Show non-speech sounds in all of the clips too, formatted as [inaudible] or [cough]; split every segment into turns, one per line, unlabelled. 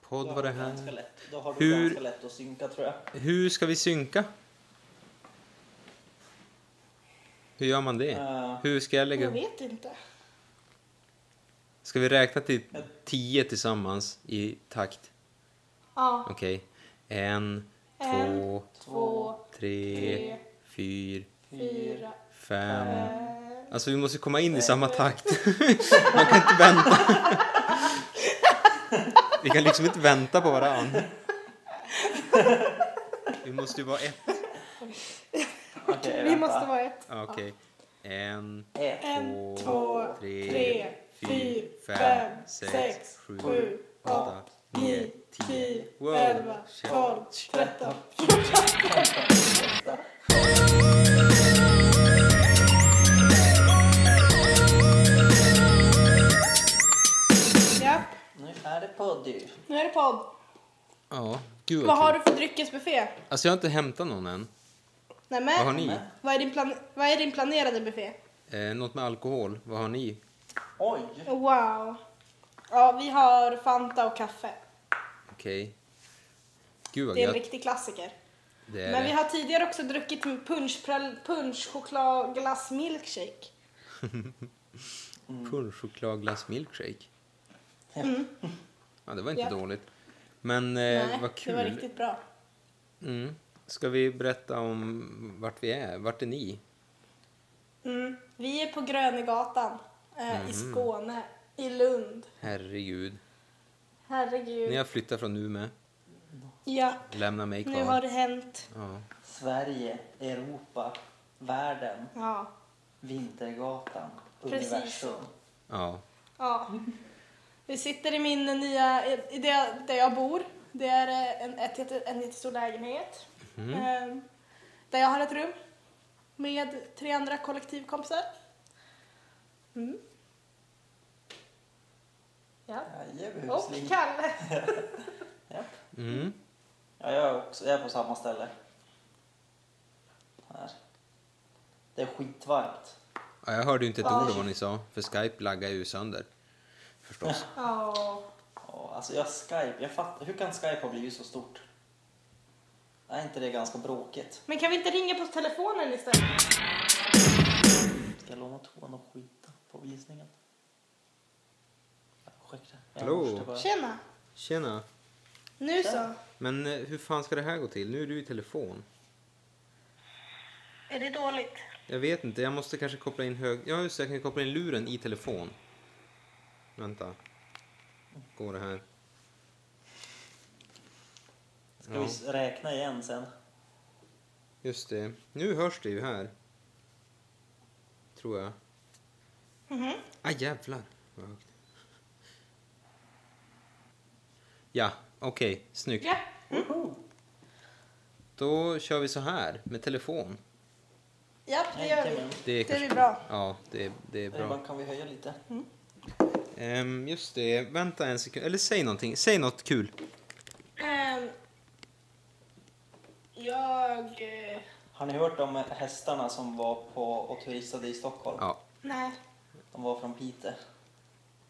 Podd
Då
var det
har du ganska
här.
lätt- Då har du
Hur-
ganska lätt att synka tror jag.
Hur ska vi synka? Hur gör man det?
Eh,
Hur ska jag lägga
Jag
upp?
vet inte.
Ska vi räkna till tio tillsammans i takt?
Ja.
Okej. En,
En,
två,
Två,
tre,
tre,
fyra,
fyra,
fem.
eh,
Alltså vi måste komma in i
Nej.
samma takt. [laughs] Man kan inte vänta. Vi kan liksom inte vänta på varandra. Vi måste ju vara ett.
Okej,
[laughs] Vi
vänta. Eh,
måste vara ett.
Ja, Okej. En,
Ett.
En,
Två,
två,
tre,
tre, fyra, fem, sex, sju, åtta, nio, tio,
Wow.
elva,
Shit.
tolv, tretton, Ja,
Nu är det poddy.
nu är det podd.
Ja, gud
Vad har
kul.
du för dryckesbuffé?
Alltså jag har inte hämtat någon än. Vad har
Nämen,
ni?
vad är din, plan- vad är din planerade buffé?
Eh, något med alkohol. Vad har ni?
Oj!
Wow. Ja, vi har Fanta och kaffe.
Okej. Gud vad
Det är en
gött.
riktig klassiker.
Det är
Men vi
det.
har tidigare också druckit punsch, prall- punsch choklad, glass, milkshake.
Punschchokladglass milkshake.
Ja.
Mm.
Ja, det var inte
Ja.
dåligt. Men eh, vad
det var
kul.
riktigt bra.
Mm. Ska vi berätta om vart vi är? Vart är ni?
Mm. Vi är på Grönegatan eh, i
Mhm.
Skåne, i Lund.
Herregud.
Herregud.
Ni har flyttat från Umeå.
Ja,
Lämna mig
nu
kvar.
har det hänt.
Ja.
Sverige, Europa, världen,
Ja.
Vintergatan,
Precis.
universum.
ja.
ja. Vi sitter i min nya, i det, där jag bor. Det är eh, en, ett, jätte- en jättestor lägenhet.
Mhm.
Eh, där jag har ett rum med tre andra kollektivkompisar. Mm. Ja.
Jajamän,
Och
husling.
Kalle.
Japp.
Mm.
Ja, jag, är också, jag är på samma ställe. Här. Det är skitvarmt.
ja. Jag hörde ju inte ett
Ja.
ord av vad ni sa, för Skype laggar ju sönder. Förstås.
Ja.
Ja, alltså jag Skype, jag fattar, hur kan Skype ha blivit så stort? Är inte det ganska bråkigt?
Men kan vi inte ringa på telefonen istället?
Ska jag låna toan och skita på visningen? Ursäkta. jag
Hallå.
måste bara-
Tjena.
Tjena.
Nu så.
Tja.
Men eh, hur fan ska det här gå till? Nu är du i telefon.
Är det dåligt?
Jag vet inte, jag måste kanske koppla in hög... Ja, just det, jag kan koppla in luren i telefon. Vänta. Går det här?
Ska vi s- räkna igen sen?
Mm.
Just det. Nu hörs det ju här. Tror jag.
Mhm.
Ah, jävlar. Vad högt. Ja, okej. Snyggt.
Ja.
Woho!
Då kör vi så här med telefon.
Ja, det gör vi.
Jajamän.
Det är,
Det
kanske...
blir bra.
Ja, det, det är bra.
Ribban kan vi höja lite?
Ehm, just det. Vänta en sekund. Eller säg någonting. Säg något kul.
Ehm, jag... eh,
Har ni hört om hästarna som var på och turistade i Stockholm?
Ja,
Nej.
De var från Piteå.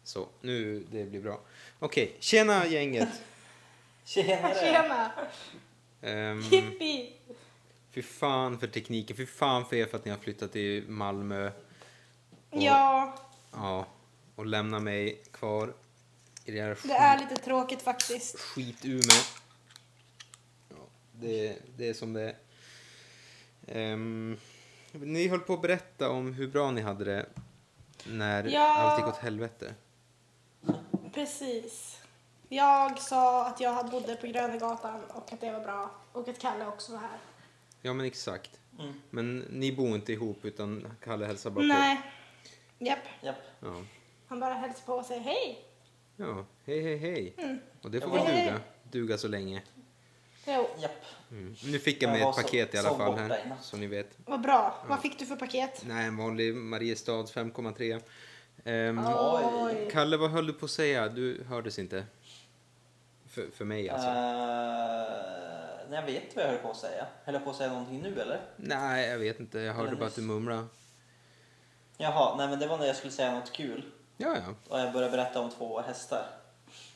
så. Nu, det blir bra. Okej. Tjena gänget.
Tjenare!
Tjena.
Ehm,
Jippi.
fy fan för tekniken. Fy fan för er för att ni har flyttat till Malmö. Och-
Ja,
Ja, och lämna mig kvar i det här skit,
det är lite tråkigt faktiskt.
skit Umeå. Ja, det, det är som det är. Ehm, ni höll på att berätta om hur bra ni hade det när
Ja.
allt gick åt helvete.
Precis. Jag sa att jag hade bodde på Grönegatan och att det var bra. Och att Kalle också var här.
Ja, men exakt.
Mm,
Men ni bor inte ihop utan Kalle hälsar bara
Nej. Japp.
japp.
på. Ja.
Han bara hälsade på och säger hej.
ja, hej hej hej. Och det får
Ja.
väl duga. Duga så länge.
Jo,
Japp.
Mm. Nu fick jag
Jag
med
var
ett
så-
paket i alla
så
fall
borta i
här,
natt.
som ni vet.
vad bra. Vad fick du för paket?
Nej, en vanlig Mariestads 5,3. Ehm,
Oj.
Kalle, vad höll du på att säga? Du hördes inte. För, för mig alltså.
Äh. Eh, nej, jag vet vad jag höll på att säga. Höll jag på att säga någonting nu eller?
Nej, jag vet inte. Jag hörde
Eller
bara att du
nyss.
mumlade.
Jaha, nej men det var när jag skulle säga något kul.
Ja, ja.
Och jag började berätta om två hästar.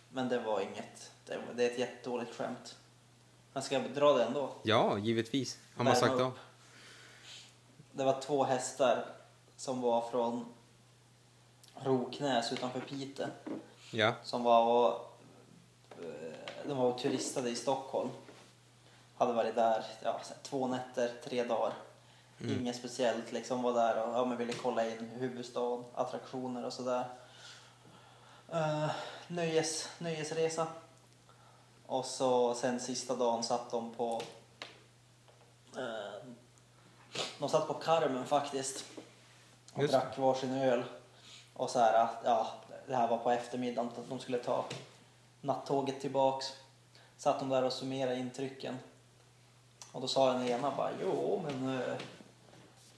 Men det var inget. Det, det är ett jättedåligt skämt. Men ska jag dra det ändå?
Ja, givetvis. Har man
Värma
sagt
upp.
ja?
Det var två hästar som var från Roknäs utanför Piteå.
Ja.
som var och, eh, de var och turistade i Stockholm. Hade varit där ja, så här två nätter, tre dagar. Inget speciellt, liksom var där och ja, men ville kolla in huvudstaden, attraktioner och sådär. Uh, nöjes, nöjesresa. Och så sen sista dagen satt de på eh, de satt på Carmen faktiskt och
Just
drack varsin öl. Och så här, ja, det här var på eftermiddagen, att de skulle ta nattåget tillbaks. Satt de där och summerade intrycken. Och då sa den ena bara, jo men eh,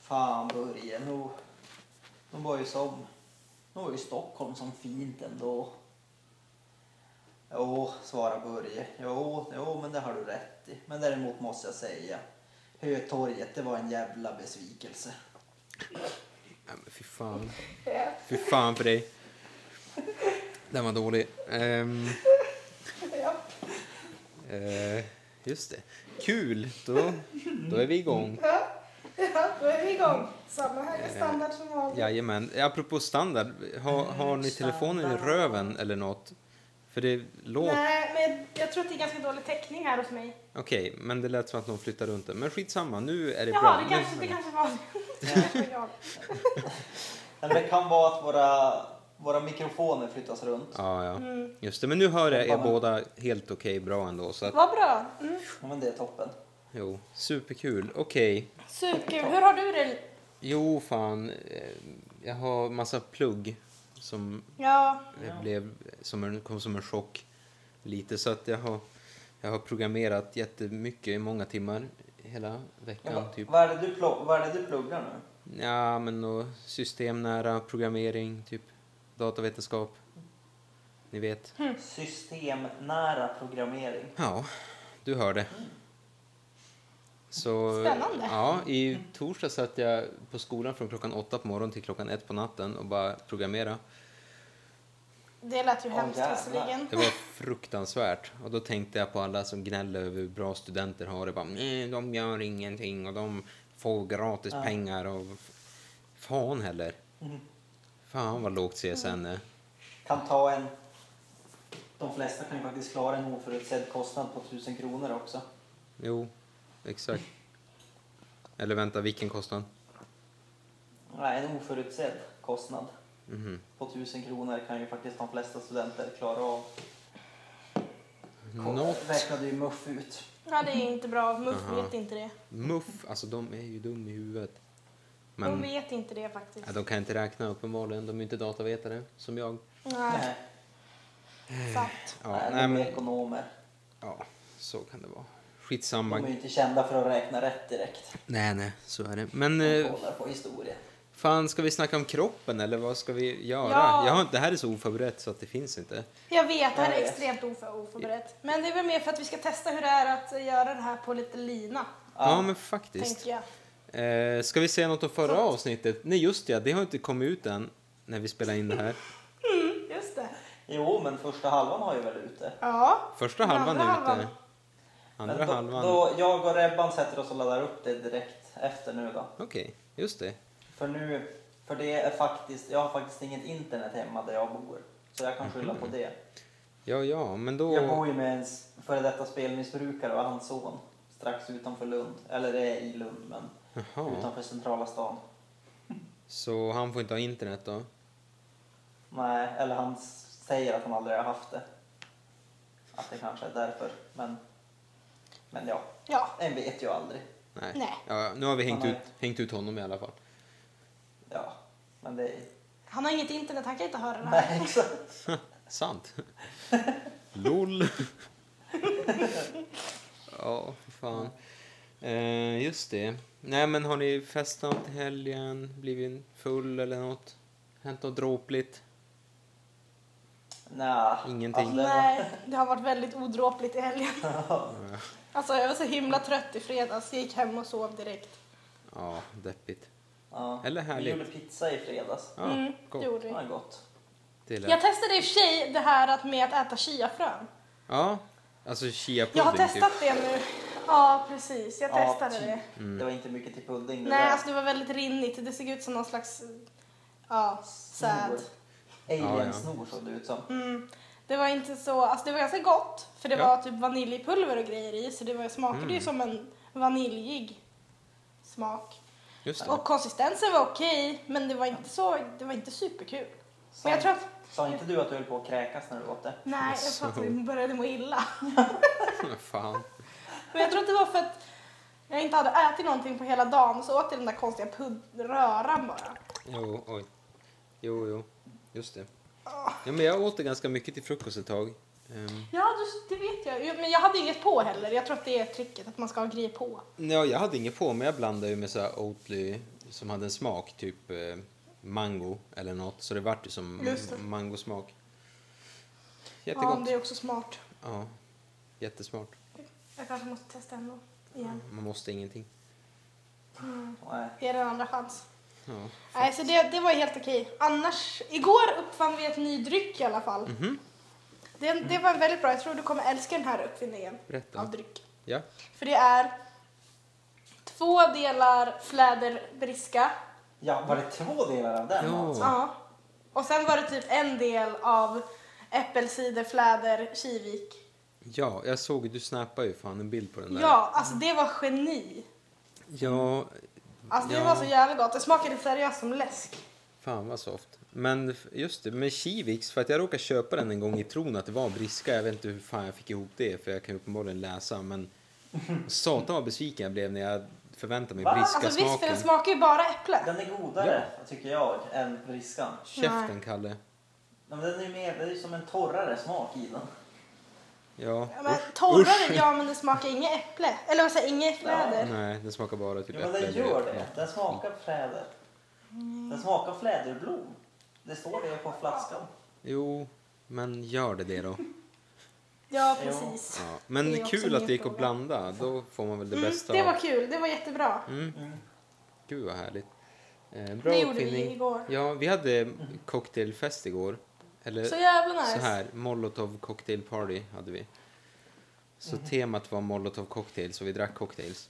fan Börje, nog, de var ju som, de var ju Stockholm som fint ändå. Jo, svarar Börje, jo, jo men det har du rätt i. Men däremot måste jag säga, Hötorget, det var en jävla besvikelse.
Nej, men fy fan. Fy fan för dig. Den var dålig. Ehm,
Ja.
eh, just det. Kul, då, då är vi igång.
Ja, då är vi igång. Samma höga standard som vanligt.
Jajamän. Apropå standard, har, har ni telefonen i
Standard.
röven eller något? För det låter...
Nej, men jag tror att det är ganska dålig täckning här hos mig.
Okej, men det lät som att någon flyttade runt den. Men skitsamma, nu är det bra.
Jaha, det
Nu-
kanske, det kanske var... Det kanske var [laughs] jag.
Eller det kan vara att våra, våra mikrofoner flyttas runt.
Ja, ja.
Mm.
Just det, men nu hör jag er
Hoppa med.
båda helt okej bra ändå. Så att,
Vad bra. Mm.
Ja, men det är toppen.
jo, superkul. Okej.
Superkul. Hur har du det?
Jo, fan. eh, Jag har massa plugg som
Ja,
Ja.
blev som en, kom som en chock lite. Så att jag har, jag har programmerat jättemycket i många timmar hela veckan.
Ja,
Typ.
vad, är det du plo- vad är det du pluggar nu?
Ja, men och systemnära programmering, typ datavetenskap. Ni vet.
Mm. Systemnära programmering.
Ja, du hörde.
Mm.
Så,
Spännande.
Ja, i torsdag satt jag på skolan från klockan åtta på morgonen till klockan ett på natten och bara programmera.
det lät ju
Åh,
hemskt
jävlar.
visserligen.
Det var fruktansvärt. Och då tänkte jag på alla som gnäller över hur bra studenter har det. Bara, Nej, de gör ingenting och de får gratis
Ja.
pengar. Och... Fan heller.
Mhm.
Fan vad lågt CSN
Mm.
är.
Kan ta en... De flesta kan ju faktiskt klara en oförutsedd kostnad på 1000 kronor också.
Jo, exakt. Eller vänta, vilken kostnad?
Nej, en oförutsedd kostnad
Mhm.
på 1000 kronor kan ju faktiskt de flesta studenter klara av. Ko-
Något.
Räknade ju Muff ut.
Ja, det är inte bra. Muff
Aha.
vet inte det.
Muff, alltså de är ju dum i huvudet.
De
Men
vet inte det faktiskt.
ja, de kan inte räkna uppenbarligen. De är ju inte datavetare som jag.
Nej,
Nej,
sant.
Ja,
nej,
nej,
de är
men,
ekonomer.
ja, så kan det vara.
De
Skitsamma.
är ju inte kända för att räkna rätt direkt.
Nej, nej, så är det. Men
De
eh,
kollar på historien.
Fan, ska vi snacka om kroppen eller vad ska vi göra?
Ja.
Jag har, det här är så oförberett så att det finns inte.
Jag vet, det här
Jag
är
vet.
extremt of- oförberett. Men det är väl mer för att vi ska testa hur det är att göra det här på lite lina,
Ja,
Ja,
men faktiskt.
tänker jag.
Eh, ska vi säga något om förra avsnittet? Nej, just det, det har inte kommit ut än när vi spelar in det här.
Just det.
Jo, men första halvan har ju väl ute.
Ja.
Första
Den
halvan
andra
är ute.
halvan.
Andra
Men då,
halvan.
Då jag och Rebban sätter oss och laddar upp det direkt efter nu då.
Okej, just det.
För nu, för det är faktiskt, jag har faktiskt inget internet hemma där jag bor. Så jag kan skylla
Mhm.
på det.
Ja, ja, men då...
Jag bor ju med en s- före detta spelmissbrukare och hans son. Strax utanför Lund. Eller det är i Lund, men
Jaha,
utanför centrala stan.
så han får inte ha internet då?
Nej, eller han s- säger att han aldrig har haft det. Att det kanske är därför, men... Men ja,
Ja.
en vet ju aldrig.
Nej.
Nej.
Ja, nu har vi hängt
Han
ut,
har-
hängt ut honom i alla fall.
Ja, men det är...
Han har inget internet, han kan inte höra det här.
Nej, exakt.
Sant. LOL. [laughs] ja, för fan. Eh, just det. Nej, men har ni festat i helgen? Blivit full eller något? Hänt något dråpligt?
Nja,
Ingenting.
alltså det var-
Nej, det har varit väldigt odråpligt i helgen.
Ja.
Alltså jag var så himla trött i fredags, jag gick hem och sov direkt.
Ja, deppigt.
Ja.
Eller
Vi
härligt.
gjorde pizza i fredags.
Ja,
Mm, det
gott.
gjorde
Det var
vi.
gott.
Det är lätt.
Jag testade i och för sig det här att med att äta chiafrön.
Ja, alltså chia
Jag har
pudding,
testat det nu. Ja, precis. Jag
Ja,
testade
typ.
det.
Mm.
Det var inte mycket till pudding. det
Nej,
där.
alltså det var väldigt rinnigt. Det såg ut som någon slags... Ja, säd.
Ja, ja.
Alien-snor såg det ut som.
Mm. Det var inte så... Alltså det var ganska gott. För det
Ja.
var typ vaniljpulver och grejer i. Så det var, smakade ju
Mm.
som en vaniljig smak.
Typ. Just det.
Och konsistensen var okej. Men det var inte så... Det var inte superkul. Men jag tror att...
Sa inte du att du höll på att kräkas när du åt det?
Nej, jag
Så.
tror att vi började må illa. [laughs]
[laughs] Fan.
Men jag tror att det var för att jag inte hade ätit någonting på hela dagen så åt jag den där konstiga pud- röran bara.
Jo, oj. Jo, jo. Just det. Ja, men jag åt det ganska mycket till frukost ett tag. Ehm,
Ja, du- det vet jag. Jo, Men jag hade inget på heller. Jag tror att det är tricket, att man ska ha grejer på.
ja, jag hade inget på, men jag blandade ju med så här Oatly som hade en smak, typ eh, mango eller något. Så det vart ju som
Just det.
mangosmak.
Ja,
Jättegott.
det är också smart.
Ja, jättesmart.
Jag kanske måste testa ändå. Igen.
Man måste ingenting.
Mm.
Nej.
Ge den andra chans.
Ja.
Nej, så det, det var helt okej. Annars, igår uppfann vi ett ny dryck i alla fall.
Mhm.
Det, det var väldigt bra. Jag tror du kommer älska den här uppfinningen
Berätta.
av dryck.
Ja.
För det är två delar fläderbriska
Ja, var det två delar av den?
Ja.
alltså?
Ja. Och sen var det typ en del av äppelcider, fläder, kivik.
ja, jag såg du snappade ju fan en bild på den där.
Ja, alltså det var geni.
Ja,
Alltså det
Ja.
var så jävla gott. Det smakade seriöst som läsk.
fan vad soft. Men f- just det, men Kiviks, för att jag råkade köpa den en gång i tron att det var briska. Jag vet inte hur fan jag fick ihop det, för jag kan ju uppenbarligen läsa.
[laughs]
Men satan vad besviken jag blev när jag förväntade mig
Va?
briska
Alltså visst, för den
smaken.
smakar ju bara äpple.
Den är godare, tycker jag, än briskan.
Käften Kalle.
Ja, men den är ju mer, det är ju som en torrare smak i den.
Ja.
Ja, men
Usch.
torrare,
Usch.
ja men det smakar inget äpple. Eller vad säger jag, inget fläder.
Nej, den smakar bara typ
Ja, men den
äpple eller-
gör det. Den smakar fläder. Den smakar fläderblom. Det står det på flaskan.
Jo, men gör det det
[laughs]
då?
Ja,
Jo.
precis.
Ja.
Det
Men
är också
kul att
min
det gick att
fråga.
blanda. Då får man väl det
Mm,
bästa
det
av-
var kul, det var jättebra.
Mm.
Mm.
Gud vad härligt. Eh, bra
Det gjorde vi
uppfinning.
igår.
Ja, vi hade cocktailfest igår. Eller
Så
Eh, så,
jävla nice.
här, molotov cocktail party hade vi. Så
Mm.
temat var molotov cocktails och vi drack cocktails.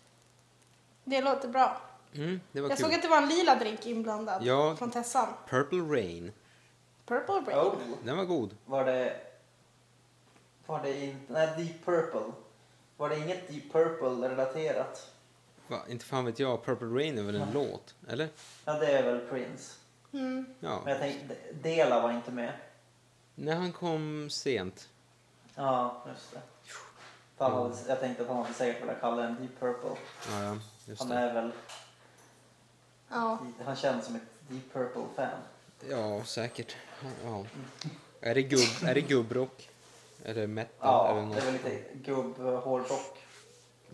Det låter bra.
Mm, det var
Jag
kul.
såg att det var en lila drink inblandad
Ja.
från Tessan.
Purple Rain,
Purple Rain.
Oh,
den var god.
var det... Var det inte... Nej, Deep Purple. Var det inget Deep Purple-relaterat?
Va, inte fan vet jag, Purple Rain är väl en
Nej.
låt? Eller?
Ja, det är väl Prince.
Mm.
Men
Ja.
jag tänkte, Dela var inte med.
När han kom sent.
Ja, just det. Fan,
Mm.
hade- jag tänkte att han hade säkert velat kalla den Deep Purple.
Ja, ja, just
Han
det.
är väl...
Ja.
Han känns som ett Deep Purple-fan.
Ja, säkert. Ja. Är det, gubb, är det gubbrock? Eller metal?
Ja,
eller något?
det är väl lite gubb-hårdrock.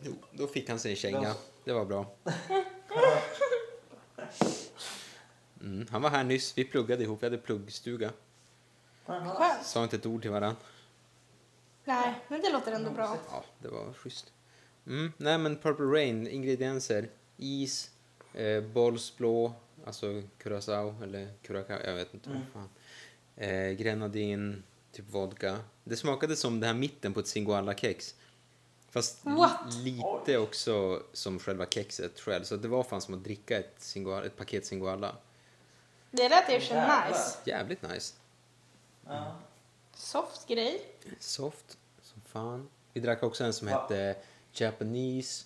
Jo, då fick han sin känga. Det var bra. Mm, han var här nyss. Vi pluggade ihop. Vi hade pluggstuga.
Jaha.
Skönt.
Sa inte ett ord till varann.
Nej, men det låter ändå bra.
Ja, det var schysst. Mm, nej, men Purple Rain, ingredienser. Is, eh, bollsblå, alltså curacao eller curacao, jag vet inte. vad
Mm.
Fan. Eh, grenadin, typ vodka. Det smakade som det här mitten på ett Singoalla-kex. Fast li-
What?
lite också som själva kexet själv. Så det var fan som att dricka ett, Singoalla, ett paket Singoalla.
Det lät i och för sig
Jävlar.
nice.
Jävligt nice.
Ja.
Soft grej.
Soft som fan. Vi drack också en som
Ja.
hette Japanese...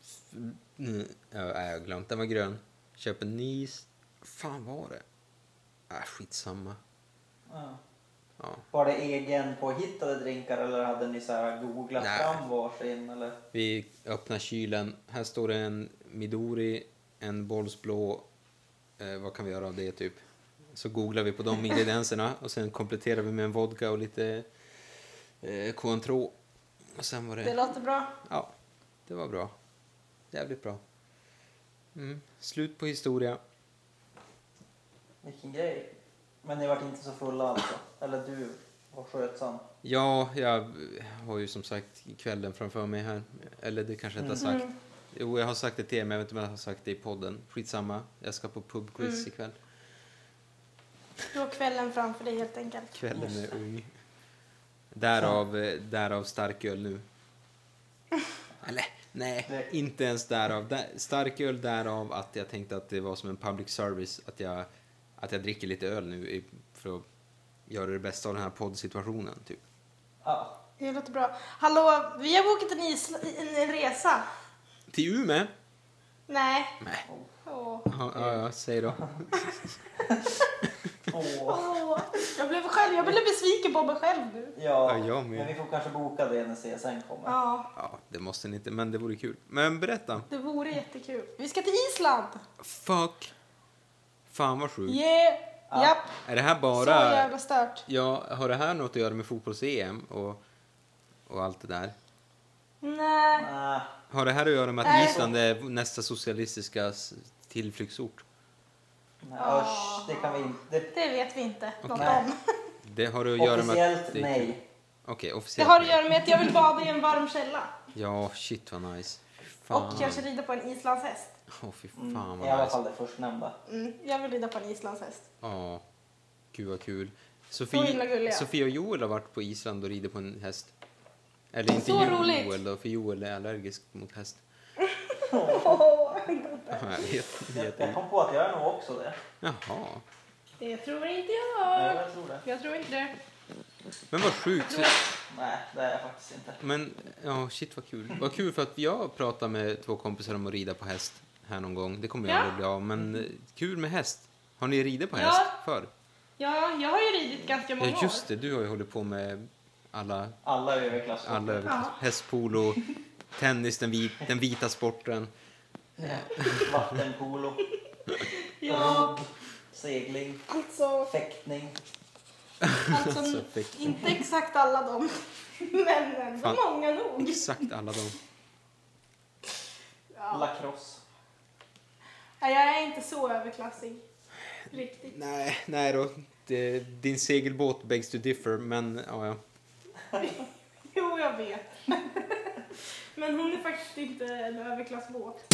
f- mm, ja, nej, jag har glömt. Den var grön. Japanese... fan var det? Äh, skitsamma.
Ja.
Ja.
Var det egen påhittade drinkar eller hade ni så här googlat
Nej.
fram varsin? Eller?
Vi öppnar kylen. Här står det en Midori, en bollsblå. Eh, vad kan vi göra av det, typ? Så googlar vi på de ingredienserna och sen kompletterar vi med en vodka och lite eh, Cointreau. Och sen var det...
Det låter bra.
Ja, det var bra. Jävligt bra. Mm. Slut på historia.
Vilken grej. Men ni vart inte så fulla alltså? Eller du var skötsam?
Ja, jag har ju som sagt kvällen framför mig här. Eller det kanske jag inte har sagt.
Mm.
Jo, jag har sagt det till er, men jag vet inte om jag har sagt det i podden. Skitsamma, jag ska på pubquiz
Mm.
ikväll.
Du har kvällen framför dig helt enkelt.
Kvällen är ung. Därav, eh, därav starköl nu. Eller nej,
Nej.
inte ens därav. Där, starköl därav att jag tänkte att det var som en public service att jag, att jag dricker lite öl nu i- för att göra det bästa av den här poddsituationen. Typ.
Ja.
Det låter bra. Hallå, vi har bokat en, isla- en, en resa.
Till Umeå?
Nej.
Nej.
Åh.
Ja, ja, ja, säg då.
Åh.
Åh. Jag blev själv, jag blev besviken på mig själv nu.
Ja,
Ja, jag med.
men vi får kanske boka det när CSN kommer.
Ja,
Ja, det måste ni inte, men det vore kul. Men berätta.
det vore jättekul. Vi ska till Island!
Fuck. Fan vad sjukt.
Yeah!
Ja.
Japp!
Är det här
Så
bara...
jävla stört.
Ja, har det här något att göra med fotbolls-EM och, och allt det där?
Nej.
Ah,
Har det här att göra med
Nej.
att Island är nästa socialistiska s- tillflyktsort?
nej,
Ah.
usch, det kan vi inte.
Det vet vi inte något
Okej.
om.
Det har att
Det,
göra med att...
officiellt
det är kul.
nej.
Okej,
Det
officiellt
har att
nej.
göra med att jag vill bada i en varm källa.
Ja, shit vad nice. Fan.
Och kanske rida på en islandshäst.
Åh, fy
Mm,
fan
I alla
vad
fall
nice.
det förstnämnda.
Mm, jag vill rida på en islandshäst.
Ja. Gud vad kul.
Så himla
Sofie,
gulliga.
Sofie och Joel har varit på Island och rider på en häst. Eller inte
Så
Joel
roligt.
då, för Joel är allergisk mot
[laughs]
häst. Ja, jag vet, jag
Jag,
vet
jag
inte.
kom på att jag är nog också det.
Jaha.
Det tror inte
Nej,
jag.
jag tror det.
Jag tror inte det.
Men vad sjukt.
Nej, det är jag faktiskt inte.
Men ja, shit vad kul. Vad kul för att jag pratade med två kompisar om att rida på häst här någon gång. Det kommer jag
Ja.
aldrig bli av men eh, kul med häst. Har ni ridit på
Ja.
häst förr?
Ja, jag har ju ridit ganska många
Ja, just
år.
det. Du har ju hållit på med alla,
Alla i överklassen.
alla
Ja.
hästpolo, tennis, den, vit, den vita sporten.
Vattenpolo,
Ja,
segling,
alltså,
fäktning.
Så [laughs]
alltså
fick-
inte exakt alla dem. [laughs] Men ändå
Fan.
många nog.
Exakt alla de.
Ja.
Lacrosse.
Nej, Jag är inte så överklassig. Riktigt.
Nej, nej då. Det, din segelbåt begs to differ, men ja, ja.
Jo, jag vet. [laughs] Men hon är faktiskt inte en överklassbåt.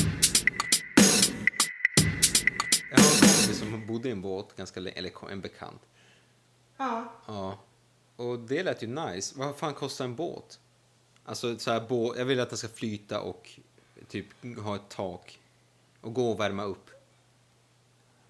Jag har en kompis som bodde i en båt ganska länge, eller en bekant.
Ja.
Ja. Och det lät ju nice. Vad fan kostar en båt? Alltså så här bå- jag vill att den ska flyta och typ ha ett tak. Och gå och värma upp.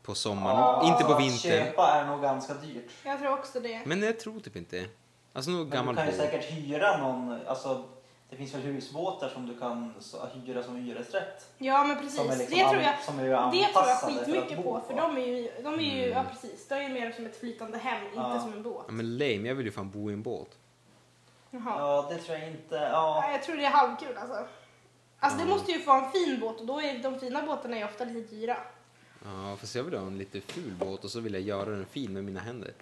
På sommaren.
Ja,
inte på
alltså, Att
vintern.
köpa är nog ganska dyrt.
Jag tror också det.
Men jag tror typ inte. Alltså någon
Men du
gammal
kan ju
båt.
säkert hyra någon, alltså det finns väl husbåtar som du kan så, hyra som hyresrätt?
Ja, men precis.
Som är liksom
det tror
an-
jag,
som är ju
det tror jag
anpassade för att
skitmycket
bo
på.
på.
För de är ju, de är ju ja precis. De är ju mer som ett flytande hem,
Ja.
inte som en
Mm.
båt.
Ja, men lame, jag vill ju fan bo i en båt.
Jaha.
Ja, det tror jag inte. Ja,
Nej, Jag tror det är halvkul alltså. Alltså det måste ju få en fin båt och då är de fina båtarna är ofta lite dyra.
Ja, fast jag vill ha en lite ful båt och så vill jag göra den fin med mina händer.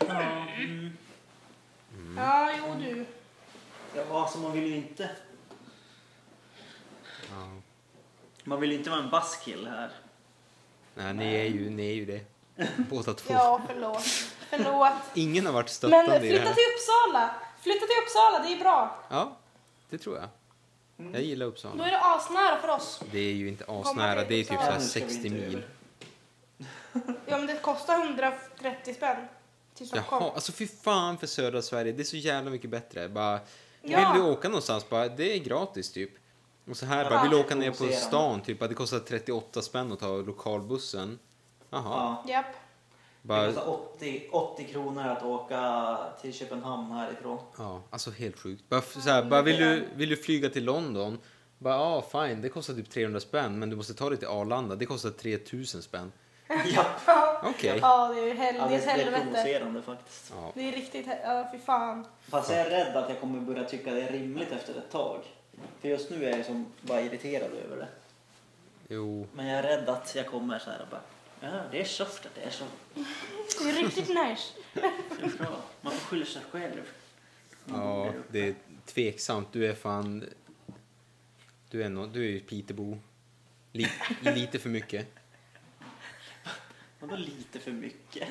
Mm.
Ja, jo du.
ja alltså man vill ju inte.
Ja.
Man vill ju inte vara en baskill här.
Nej, ni är ju, ni är ju det. Båda två.
Ja, förlåt. Förlåt.
Ingen har varit
Men
stöttande i det
flytta
här.
till Uppsala! Flytta till Uppsala, det är bra.
Ja, det tror jag. Jag gillar Uppsala.
Då är det asnära för oss.
Det är ju inte asnära, det är typ så
Ja,
här
nu ska vi
60
inte
mil.
över.
Ja, men det kostar 130 spänn till Stockholm.
Jaha, alltså fy fan för södra Sverige, det är så jävla mycket bättre. Bara,
Ja.
Vill du åka någonstans, bara, det är gratis typ. Och så här,
Ja.
bara, vill du åka ner på
Provocerande.
stan, typ, bara, det kostar 38 spänn att ta lokalbussen. Jaha.
Ja.
Japp.
Det
Bara,
kostar 80, 80 kronor att åka till Köpenhamn härifrån.
ja, alltså helt sjukt. Bara, f- så här, bara, vill, du, vill du flyga till London? Bara, ja, fine, det kostar typ 300 spänn, men du måste ta dig till Arlanda, det kostar 3000 spänn.
ja.
Okej.
Ja, det är ju hel-
ja,
det är
det,
ett
det är
helvete.
provocerande faktiskt.
Ja.
Det är riktigt, he- ja fy fan.
Fast jag är rädd att jag kommer börja tycka det är rimligt efter ett tag. För just nu är jag ju som bara irriterad över det.
Jo,
Men jag är rädd att jag kommer så här och bara Ja, det är så ofta det är så.
Det är riktigt nice.
Det är bra. Man får skylla sig själv.
Ja, det är tveksamt. Du är fan... Du är, nå du är ju Pitebo. Lite, lite för mycket.
Vadå lite för mycket?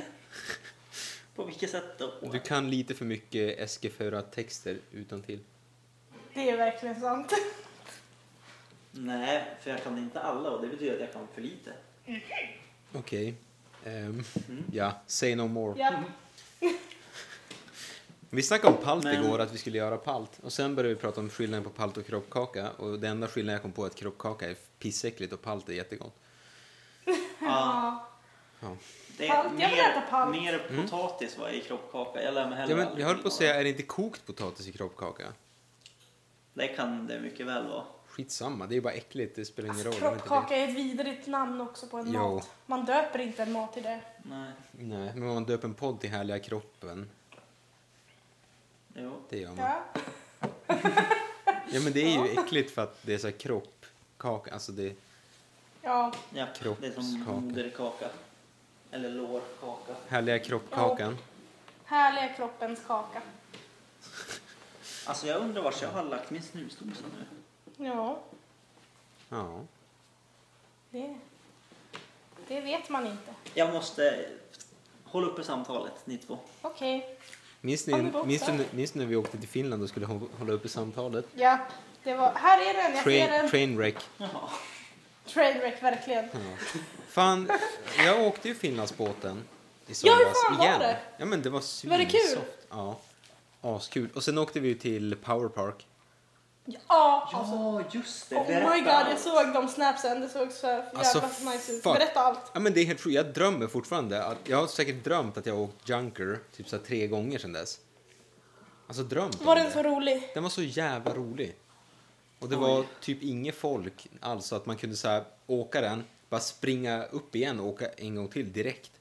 På vilket sätt då?
Du kan lite för mycket Eskeföra-texter utan till.
Det är verkligen sant.
Nej, för jag kan inte alla och det betyder att jag kan för lite.
Okej. Ehm, ja, say no more.
Ja.
Vi snackade om palt
Men-
igår, att vi skulle göra palt. Och sen började vi prata om skillnaden på palt och kroppkaka. Och det enda skillnaden jag kom på är att kroppkaka är pissäckligt och palt är jättegott.
Ja,
Ja.
Ja.
det är
Palt, jag vill äta
mer,
palt.
mer potatis va, i kroppkaka. Jag lär mig hellre
Mm. Ja, men jag höll på att
aldrig
säga, är det inte kokt potatis i kroppkaka?
Det kan det mycket väl vara.
Skitsamma, det är ju bara äckligt. Det spelar ingen
Alltså,
roll. det var inte det.
kroppkaka är ett vidrigt namn också på en
Jo.
mat. Man döper inte en mat till det.
Nej,
Nej, men man döper en podd till Härliga kroppen.
jo.
Det gör man.
Ja.
Ja, men det är ju äckligt för att det är så här kroppkaka. Alltså det...
ja.
Ja, det är som
Kroppskaka.
moderkaka. Eller lårkaka.
Härliga kroppkakan.
Härliga kroppens kaka.
Alltså jag undrar vart jag har lagt min snusdosa nu.
Ja,
Ja.
det, det vet man inte.
Jag måste... Håll uppe samtalet, ni två.
Okej.
Minns,
Ja, men
ni,
då
minns,
så.
du, minns du när vi åkte till Finland och skulle hå- hålla uppe samtalet?
Ja, det var... Här är den, jag ser
Train,
den.
trainwreck.
Jaha.
Trainwreck, verkligen.
Ja. Fan, jag åkte ju Finlandsbåten i
Ja, hur
somras
fan var
igen.
det?
Ja, men det var
Var det kul?
svinsoft. Ja. Askul. Och sen åkte vi ju till Power Park.
Ja, alltså.
Ja, just det.
Oh my god, jag såg de snapsen. Det såg så jävla
Alltså,
nice ut.
fuck.
Berätta allt.
Ja, men det är helt sjukt. Jag drömmer fortfarande. att- Jag har säkert drömt att jag har åkt Junker typ så här tre gånger sedan dess. Alltså drömt om
Var den så rolig?
Den var så jävla rolig. Och det var typ inget folk alls, så att man kunde så här, åka den, bara springa upp igen och åka en gång till direkt.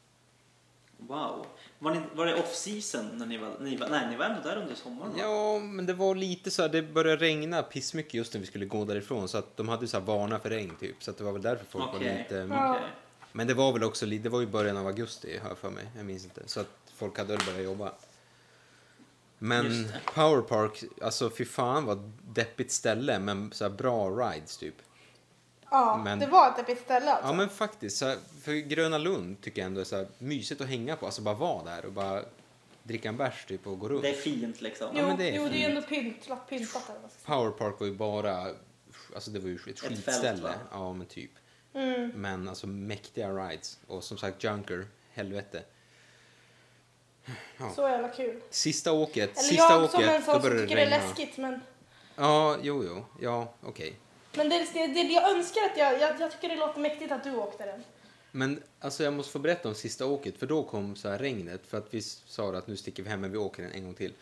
Wow. Var, ni, var det off-season? När ni var, ni var, nej, ni var ändå där under sommaren va?
Ja, men det var lite så här, det började regna pissmycket just när vi skulle gå därifrån, så att de hade ju så här varna för regn typ, så att det var väl därför folk var
Okej.
lite...
Ja.
Okej.
Men det var väl också lite, det var ju början av augusti, har jag för mig, jag minns inte, så att folk hade väl börjat jobba. Men
Just det.
Power Park, alltså fy fan vad deppigt ställe, men så här bra rides typ.
Ja,
Men-
det var ett deppigt ställe alltså.
Ja men faktiskt, så här, för Gröna Lund tycker jag ändå är så här, mysigt att hänga på. Alltså bara vara där och bara dricka en bärs typ och gå runt.
Det är fint liksom.
Ja,
jo,
men det
det
är
jo, det är ju
fint.
ändå pynt, pyntat alltså. eller vad ska jag
Power Park var ju bara, alltså det var ju ett
fält,
skitställe.
va?
ja men typ.
säga. Mm.
Men alltså mäktiga rides och som sagt Junker, helvete. Ja.
Så jävla kul.
Sista åket,
Eller
sista
jag som en
åket, då
sån som
började det
tycker
regna.
det är läskigt men...
Ja, jo, jo, ja, okej.
Men det, det, det, jag önskar att jag, jag... Jag tycker det låter mäktigt att du åkte den.
Men alltså jag måste få berätta om sista åket för då kom så här regnet för att vi s- sa att nu sticker vi hem men vi åker en, en gång till.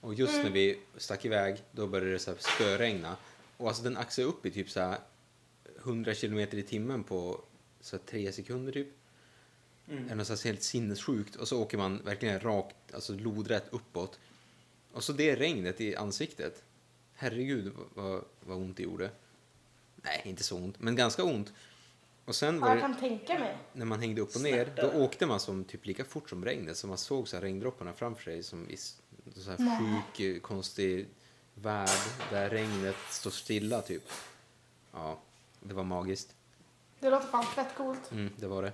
Och just
Mm.
när vi stack iväg då började det så här spöregna och alltså den axade upp i typ så här 100 kilometer i timmen på så här tre sekunder typ. Mm. Eller så här helt sinnessjukt och så åker man verkligen rakt, alltså lodrätt uppåt. Och så det regnet i ansiktet. Herregud vad, vad, vad ont det gjorde. Nej, inte så ont, men ganska ont. Och sen
Ja,
var
jag
det
kan tänka mig.
när man hängde upp och ner,
Snärtar.
då åkte man som typ lika fort som regnet, så man såg så här regndropparna framför sig som i s- så här sjuk, eh, konstig värld där regnet står stilla typ. Ja, det var magiskt.
Det låter fan fett coolt.
Mm, det var det.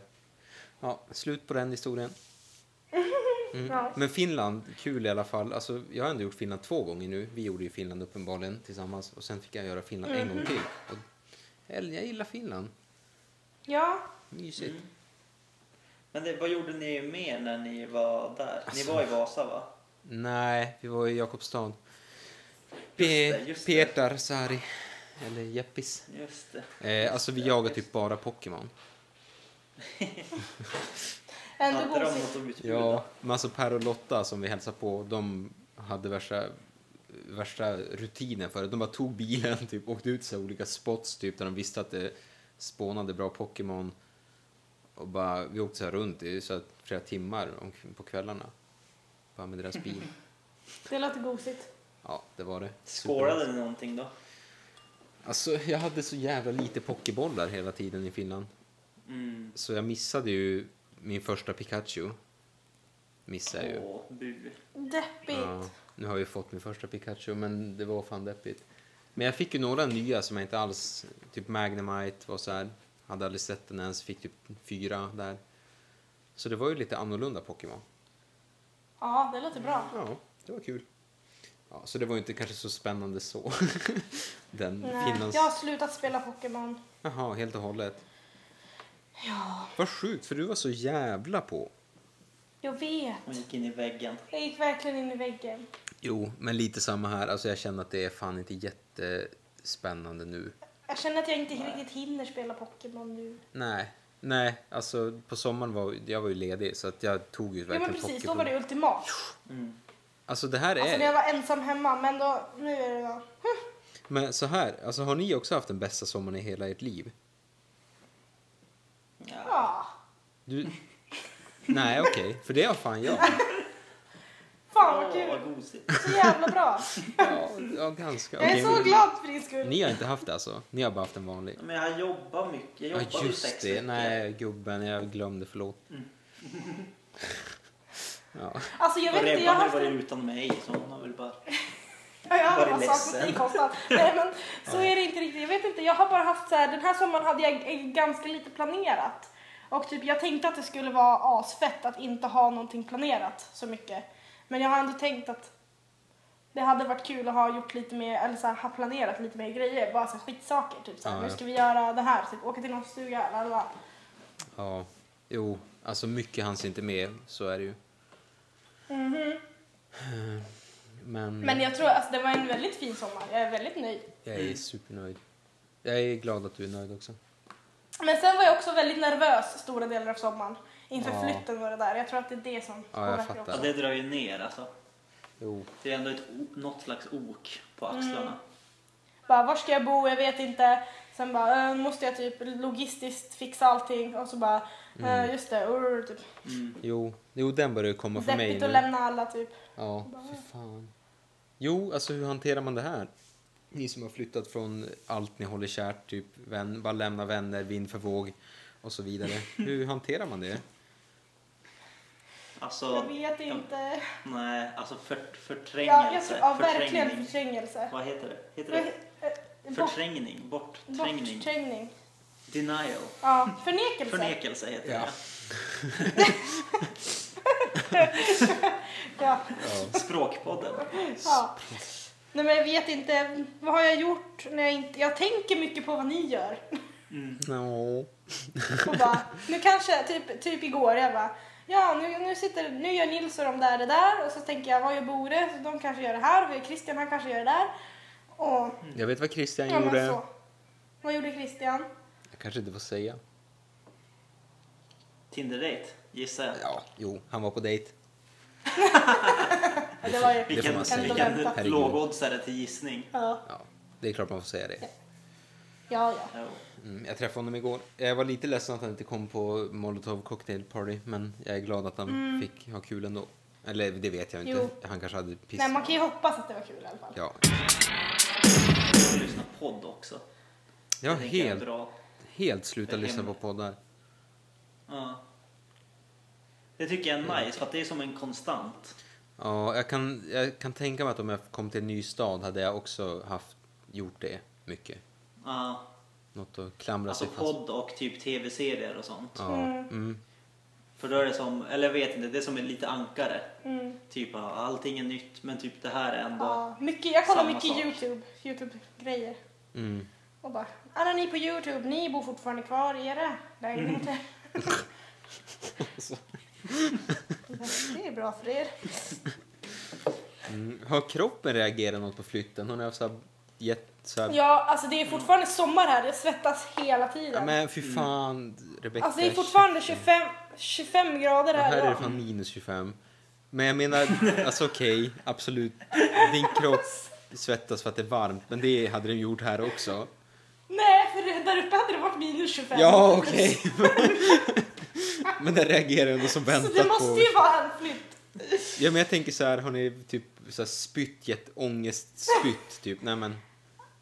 Ja, slut på den historien. Mm.
Ja.
Men Finland, kul i alla fall. Alltså, jag har ändå gjort Finland två gånger nu. Vi gjorde ju Finland uppenbarligen tillsammans och sen fick jag göra Finland en gång till. Och, eller, jag gillar Finland.
ja.
Mysigt.
Mm. Men det, vad gjorde ni mer när ni var där?
Alltså.
Ni var i Vasa va?
Nej, vi var i Jakobstad.
det,
Pe-
just det.
Petar Sari. Eller Jeppis.
Just det.
Eh, alltså vi jagar typ bara Pokémon.
Ändå
Hade de
gosigt.
något att utbjuda?
Ja. Men alltså Per och Lotta som vi hälsade på, de hade värsta, värsta rutinen för det. De bara tog bilen typ, åkte ut till olika spots typ där de visste att det spånade bra Pokémon. Och bara, vi åkte så här runt i så här, flera timmar om, på kvällarna. Bara med deras
[laughs]
bil.
Det låter gosigt.
Ja, det var det.
Skålade ni någonting då?
Alltså, jag hade så jävla lite pokébollar hela tiden i Finland.
Mm.
Så jag missade ju min första Pikachu. Missade jag ju.
Åh, bu.
Deppigt.
Ja, nu har jag ju fått min första Pikachu, men det var fan deppigt. Men jag fick ju några nya som jag inte alls... Typ Magnemite var så här. Hade aldrig sett den ens, fick typ fyra där. Så det var ju lite annorlunda Pokémon.
Ja, det låter bra.
Ja, det var kul. Ja, så det var ju inte kanske så spännande så. [laughs] den
Nej,
Finlands...
Jag har slutat spela Pokémon.
Jaha, helt och hållet.
Ja,
Vad sjukt, för du var så jävla på.
jag
Man
vet.
gick in i väggen.
Jag gick verkligen in i väggen.
Jo, men lite samma här. Alltså jag känner att det är fan inte jättespännande nu.
Jag känner att jag inte riktigt hinner spela Pokémon nu.
Nej, nej, alltså på sommaren var jag var ju ledig så att jag tog ju
Ja men
verkligen
precis, då
Pokémon.
var det ultimat.
Mm.
Alltså det här är...
Alltså när jag var ensam hemma, men då, nu är det då. Hm,
Men så här, alltså har ni också haft den bästa sommaren i hela ert liv?
Ja.
Ja. [laughs]
Du... Nej, okej, för det har fan jag.
Fan vad
Åh,
kul.
vad gosigt.
Så jävla bra.
Ja, ja ganska.
Jag är
Okej,
så
men-
glad för din skull.
Ni har inte haft det alltså? Ni har bara haft en vanlig?
Men jag jobbar mycket. Jag
Ja,
jobbar ju
just
sex
det.
veckor.
Nej, gubben, jag glömde. Förlåt. ja.
Alltså jag
och
vet inte, jag
Rebban har
har
ju
haft
varit utan mig så hon har väl bara...
Ja, jag har
Var det
bara
ledsen?
saknat dig konstant. Nej men så är det inte riktigt. Jag vet inte, jag har bara haft så här, den här sommaren hade jag eh, ganska lite planerat. Och typ jag tänkte att det skulle vara asfett att inte ha någonting planerat så mycket. Men jag har ändå tänkt att det hade varit kul att ha gjort lite mer, eller så här, ha planerat lite mer grejer, bara så här, skitsaker. Typ så här,
Ja,
nu
ja.
ska vi göra det här, typ åka till någon stuga, la, la, la.
ja. Jo, alltså mycket hanns inte med. Så är det ju. Men,
Men jag Mm. tror, alltså det var en väldigt fin sommar, jag är väldigt nöjd.
jag är supernöjd. Jag är glad att du är nöjd också.
Men sen var jag också väldigt nervös stora delar av sommaren. Inför
Ja.
flytten var det där. Jag tror att det är det som
Ja, jag
påverkar
fattar.
Ja,
också.
det drar ju ner alltså.
Jo.
Det är ändå ett, o- något slags ok på
Mm.
axlarna.
Bara, var ska jag bo? Jag vet inte. Sen bara, eh, måste jag typ logistiskt fixa allting? Och så bara, eh, just det, urr, typ.
Mm.
Jo, jo den börjar ju komma för mig
Deppigt att
nu.
lämna alla typ.
Ja, fy fan. Jo, alltså hur hanterar man det här? Ni som har flyttat från allt ni håller kärt, typ vän, bara lämna vänner, vind för våg och så vidare. Hur hanterar man det?
Alltså,
Jag vet inte.
Nej, alltså för,
Ja, jag
förträngelse.
tror, ja verkligen
förträngning.
förträngelse. eh,
Vad heter det? Heter det?
Bort-
Förträngning? Bortträngning?
Bortträngning.
Denial?
Ja, förnekelse.
Förnekelse heter
Ja.
ja.
det. Språkpodden.
Ja. Nej men jag vet inte, vad har jag gjort när jag inte... Jag tänker mycket på vad ni gör.
Mm.
No.
Och bara, nu kanske, typ, typ igår, jag bara, ja nu, nu, sitter, nu gör Nils och de där det där och så tänker jag, vad gör Bore? Så de kanske gör det här och Christian han kanske gör det där. Och,
Jag vet vad Christian
ja
gjorde.
men så. Vad gjorde Christian?
Jag kanske inte får säga.
Tinder-date, gissar jag.
Ja, jo, han var på dejt.
Ja, det var ju,
Det får
Vilken,
man säga.
Kan inte
vilken
vänta.
lågoddsare till gissning.
ja,
Ja, det är klart man får säga det.
ja, ja.
Jo.
Mm, jag träffade honom igår. Jag var lite ledsen att han inte kom på Molotov cocktail party, men jag är glad att han fick ha kul ändå. Eller det vet jag inte.
Mm. Jo.
Han kanske hade piss.
Nej man kan ju hoppas att det var kul i alla fall.
Ja,
Jag lyssnar på podd också.
jag har
Det tänker jag är
helt,
Bra.
helt slutat
Jag är
lyssna på
hemma.
poddar.
Ja. Det tycker jag
Mm.
är nice, för att det är som en konstant.
Ja, jag kan, jag kan tänka mig att om jag kom till en ny stad hade jag också haft, gjort det mycket.
Ja.
Något att klamra
Alltså
sig fast
podd och typ tv-serier och sånt.
Ja, mm.
För då är det som, eller jag vet inte, det är som ett lite ankare.
Mm.
Typ ja, allting är nytt men typ det här är ändå...
Ja, mycket, jag kollar
Samma
mycket
sak.
Youtube, Youtube-grejer.
Mm.
Och bara, alla ni på Youtube, ni bor fortfarande kvar i era lägenheter.
Mm.
[laughs] Det är bra för er.
Mm. Har kroppen reagerat något på flytten? Hon har haft så här, gett, så här,
Ja, alltså det är fortfarande sommar här. Jag svettas hela
Ja,
tiden.
men fy
Mm.
fan Rebecka.
alltså det är fortfarande 25, 25 grader
Det här
här
är det
idag.
fan minus 25. Men jag menar, alltså okej, absolut. Din kropp svettas för att det är varmt, men det hade den gjort här också.
Nej, för det- där uppe hade det varit minus 25.
Ja, okej. [laughs] men den reagerar ändå som
Så
väntat
det
på...
måste ju vara en
[laughs]
flytt.
Ja, men jag tänker så här, har ni typ så här spytt, gett ångestspytt, typ? Nej men.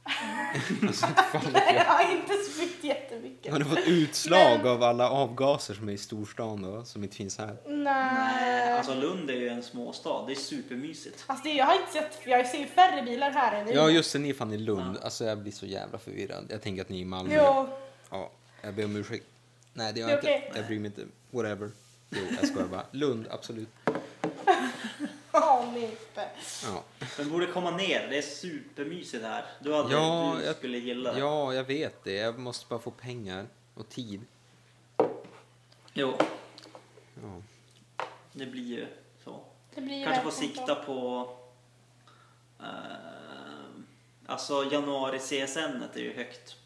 [laughs] Alltså, inte fan vet
Nej, jag
jag.
har inte spytt jättemycket.
Har ni fått utslag
Men-
av alla avgaser som är i storstan då, som inte finns här?
Nej.
Nej,
Alltså,
alltså Lund är ju en småstad, det är supermysigt.
det, jag har inte sett, jag ser ju färre bilar här än i.
Ja, just det, ni är fan i Lund.
Ja.
Alltså jag blir så jävla förvirrad. Jag tänker att ni är i Malmö.
Jo,
Ja, jag ber om ursäkt. Nej, det gör
Det är
jag inte.
okej.
Jag bryr mig inte. Whatever. Jo, jag skojar bara. Lund, absolut.
ja, Nippe.
Ja,
Men borde komma ner, det är supermysigt här. Du, hade,
Ja,
du
jag-
skulle gilla det.
ja jag vet det. Jag måste bara få pengar och tid.
Jo,
Ja.
det blir ju så.
Det blir ju
Kanske få
verkligen
sikta
så.
på... Eh, alltså januari CSN är ju högt.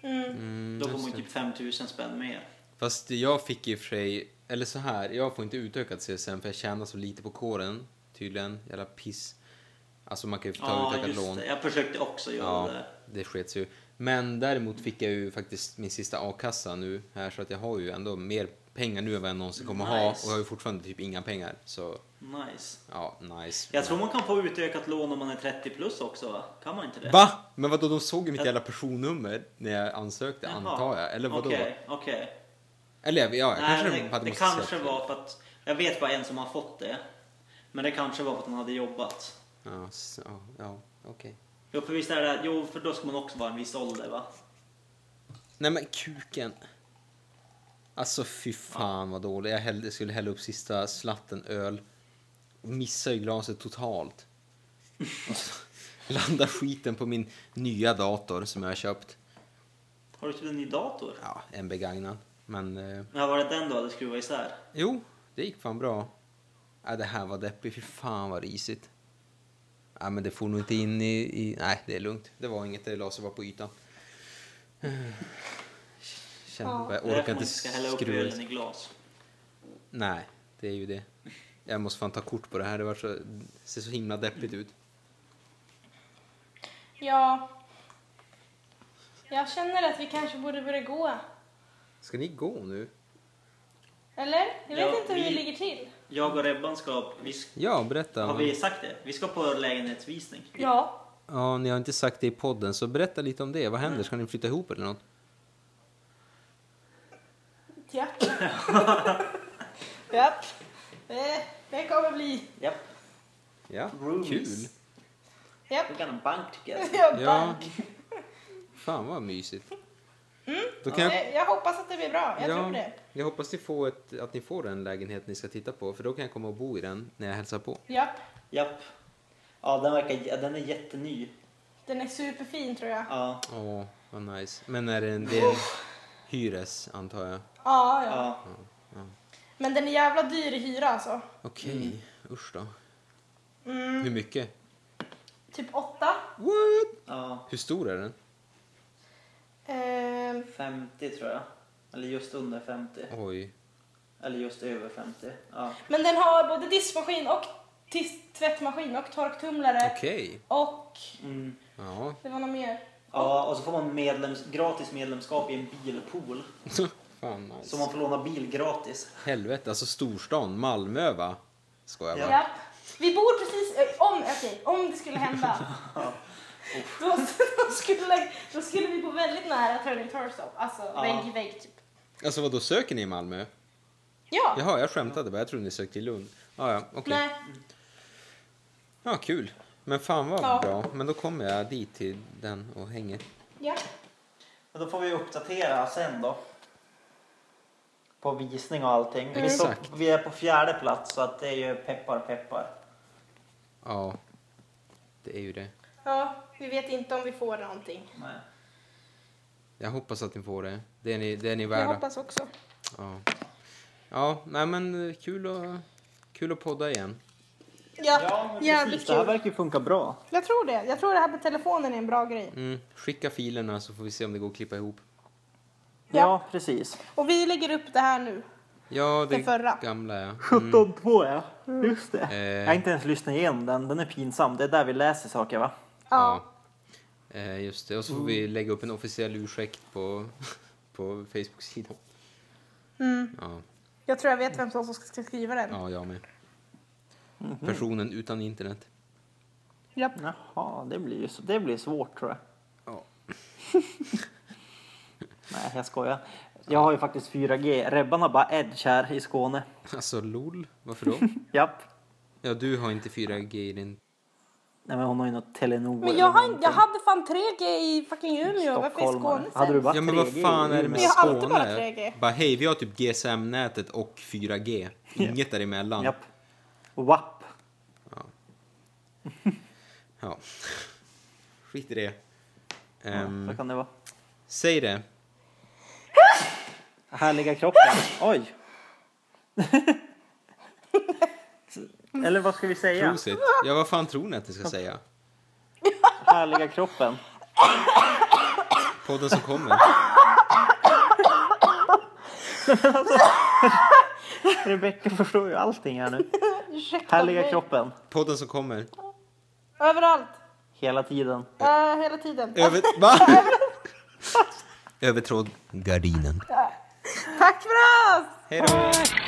Mm.
Mm,
Då får
just
man ju
det.
typ 5000 spänn mer.
Fast jag fick i och för sig, eller så här, jag får inte utökat CSN för jag tjänar så lite på kåren tydligen. Jävla piss. Alltså man kan ju få ta
Ja,
utökat
just
lån.
det. Jag försökte också göra
Ja,
det.
det skets ju. Men däremot fick jag ju faktiskt min sista a-kassa nu här så att jag har ju ändå mer pengar nu än vad jag någonsin kommer ha
Nice.
och jag har ju fortfarande typ inga pengar. Så
Nice.
ja, nice.
Jag tror man kan få utökat lån om man är 30 plus också va? Kan man inte det?
Va? Men vadå, de såg ju mitt
Jag-
jävla personnummer när jag ansökte
eh, Jaha.
antar jag. Eller vadå?
Okej, okej.
Eller ja, ja
Nej,
kanske
det, det
måste säga
kanske
till.
var för att... Jag vet bara en som har fått det. Men det kanske var för att han hade jobbat.
Ja, så, ja, ja okej.
Jo, för visst är det... Jo, för då ska man också vara en viss ålder va?
Nej men kuken. Alltså fy fan vad dålig. Jag hällde, skulle hälla upp sista slatten öl. Och missade ju glaset
[laughs]
totalt. Och så landar skiten på min nya dator som jag har köpt.
Har du typ en ny dator?
Ja, en begagnad. Men eh,
Ja, var det den du hade skruvat isär?
jo, det gick fan bra. Ja, det här var deppigt. Fy fan vad risigt. Ja, men det får nog inte in i, i... Nej, det är lugnt. Det var inget. Det la sig bara på ytan. Eh, Kände,
Ja.
Jag orkar
Det är därför man
inte
inte ska hälla upp
skruva.
ölen i glas.
Nej, det är ju det. Jag måste fan ta kort på det här. Det, var så, det ser så himla deppigt ut.
Ja. Jag känner att vi kanske borde börja gå.
Ska ni gå nu?
Eller? Jag vet
Ja,
inte hur vi
vi-
ligger till.
Jag och Rebban ska... Vi, sk-
Ja, berätta.
har vi sagt det? Vi ska på lägenhetsvisning.
Ja.
Ja, ni har inte sagt det i podden, så berätta lite om det. Vad händer? Ska ni flytta ihop eller något?
Japp. [laughs] Japp. Det, det kommer bli.
Japp.
Ja,
Roomies.
kul.
Japp.
We're gonna bank together.
Jag,
Ja.
ja.
Fan vad mysigt. Då kan jag,
jag... jag hoppas att det blir bra. Jag
Ja.
tror det.
jag hoppas ni får ett, att ni får den lägenhet ni ska titta på, för då kan jag komma och bo i den när jag hälsar på.
Japp.
Japp. Ja, den verkar... ja, Den är jätteny.
Den är superfin tror jag.
Ja.
Åh, vad nice. Men är det en del hyres, antar jag?
Ja, ja.
ja.
Men den är jävla dyr i hyra alltså.
Okej, usch då.
Mm,
Hur mycket?
typ åtta.
What?
ja.
Hur stor är den?
Ehm,
50 tror jag. Eller just under 50.
Oj.
Eller just över 50. Ja.
men den har både diskmaskin och tis- tvättmaskin och torktumlare.
Okej.
Och
Mm.
Ja.
det var något mer.
Ja, och så får man medlems, gratis medlemskap i en bilpool.
Fan
Så
nice.
man får låna bil gratis.
Helvete, alltså storstan, Malmö va? Skojar
Ja.
bara.
Japp. Vi bor precis, eh, om, okej, om det
[laughs]
skulle hända. då, [laughs] då, skulle, då skulle vi bo väldigt nära Turning Torso. Alltså
Ja.
vägg i vägg typ.
Alltså vad då söker ni i Malmö?
Ja.
Jaha, jag skämtade bara. Jag trodde ni sökte i Lund. Ah, ja, okej.
Nej.
Mm.
Ja, kul. Men fan vad
Ja.
bra. Men då kommer jag dit till den och hänger.
Ja.
Men då får vi uppdatera sen då. På visning och allting. Vi, står,
Exakt.
vi är på fjärde plats så att det är ju peppar peppar.
Ja, det är ju det.
ja. Vi vet inte om vi får någonting.
Nej.
Jag hoppas att ni får det. Det är ni, det är ni
Jag
värda.
hoppas också.
Ja. ja, nej men eh, kul att, kul att podda igen.
Ja,
men
jävligt
Det här
kul.
verkar ju funka bra.
Jag tror det. Jag tror det här med telefonen är en bra grej.
Mm, skicka filerna så får vi se om det går att klippa ihop.
Ja.
Ja, precis.
Och vi lägger upp det här nu.
Ja, det
Den förra.
gamla
[laughs]
ja.
17.2 ja, just det.
Eh.
Jag har inte ens lyssnat igenom den, den är pinsam. Det är där vi läser saker va?
Ja.
Eh, just det. Och så får vi
Mm.
lägga upp en officiell ursäkt på, [laughs] på Facebook-sidan.
Mm.
Ja,
Jag tror jag vet vem som som ska skriva den.
ja, jag med.
Mhm.
Personen utan internet.
Japp.
Jaha, det blir ju så, det blir svårt tror jag.
Ja.
[laughs] Nej, jag skojar. Jag har ju faktiskt 4G. Rebban har bara Edge här i Skåne.
Alltså LOL, varför
[laughs]
då?
Japp.
ja, du har inte 4G i din...
Nej men hon har ju något Telenor
Men
eller
jag, har,
någonting.
jag hade fan 3G i fucking Umeå. Varför är
Stockholmare.
Skåne
Hade du
sämst?
bara
Ja, men vad
3G i
fan är det
Umeå?
med
Vi har alltid
Skåne?
bara 3G.
Bara, hej, vi har typ GSM-nätet och 4G. Inget däremellan.
Japp. WAP.
Ja. Skit i det.
Ja,
Ehm,
så kan det vara.
Säg det.
Härliga kroppen. Oj! Eller vad ska vi säga?
Prosit. Ja, vad fan tror ni att ni ska säga?
Härliga kroppen.
Podden som kommer.
Rebecka förstår ju allting här nu.
Ursäkta
Härliga
mig.
kroppen.
Podden som
[laughs]
kommer.
Överallt.
Hela tiden.
Eh, hela tiden.
Över...
[laughs]
Va? Övertråd gardinen.
Tack för oss!
Hej då!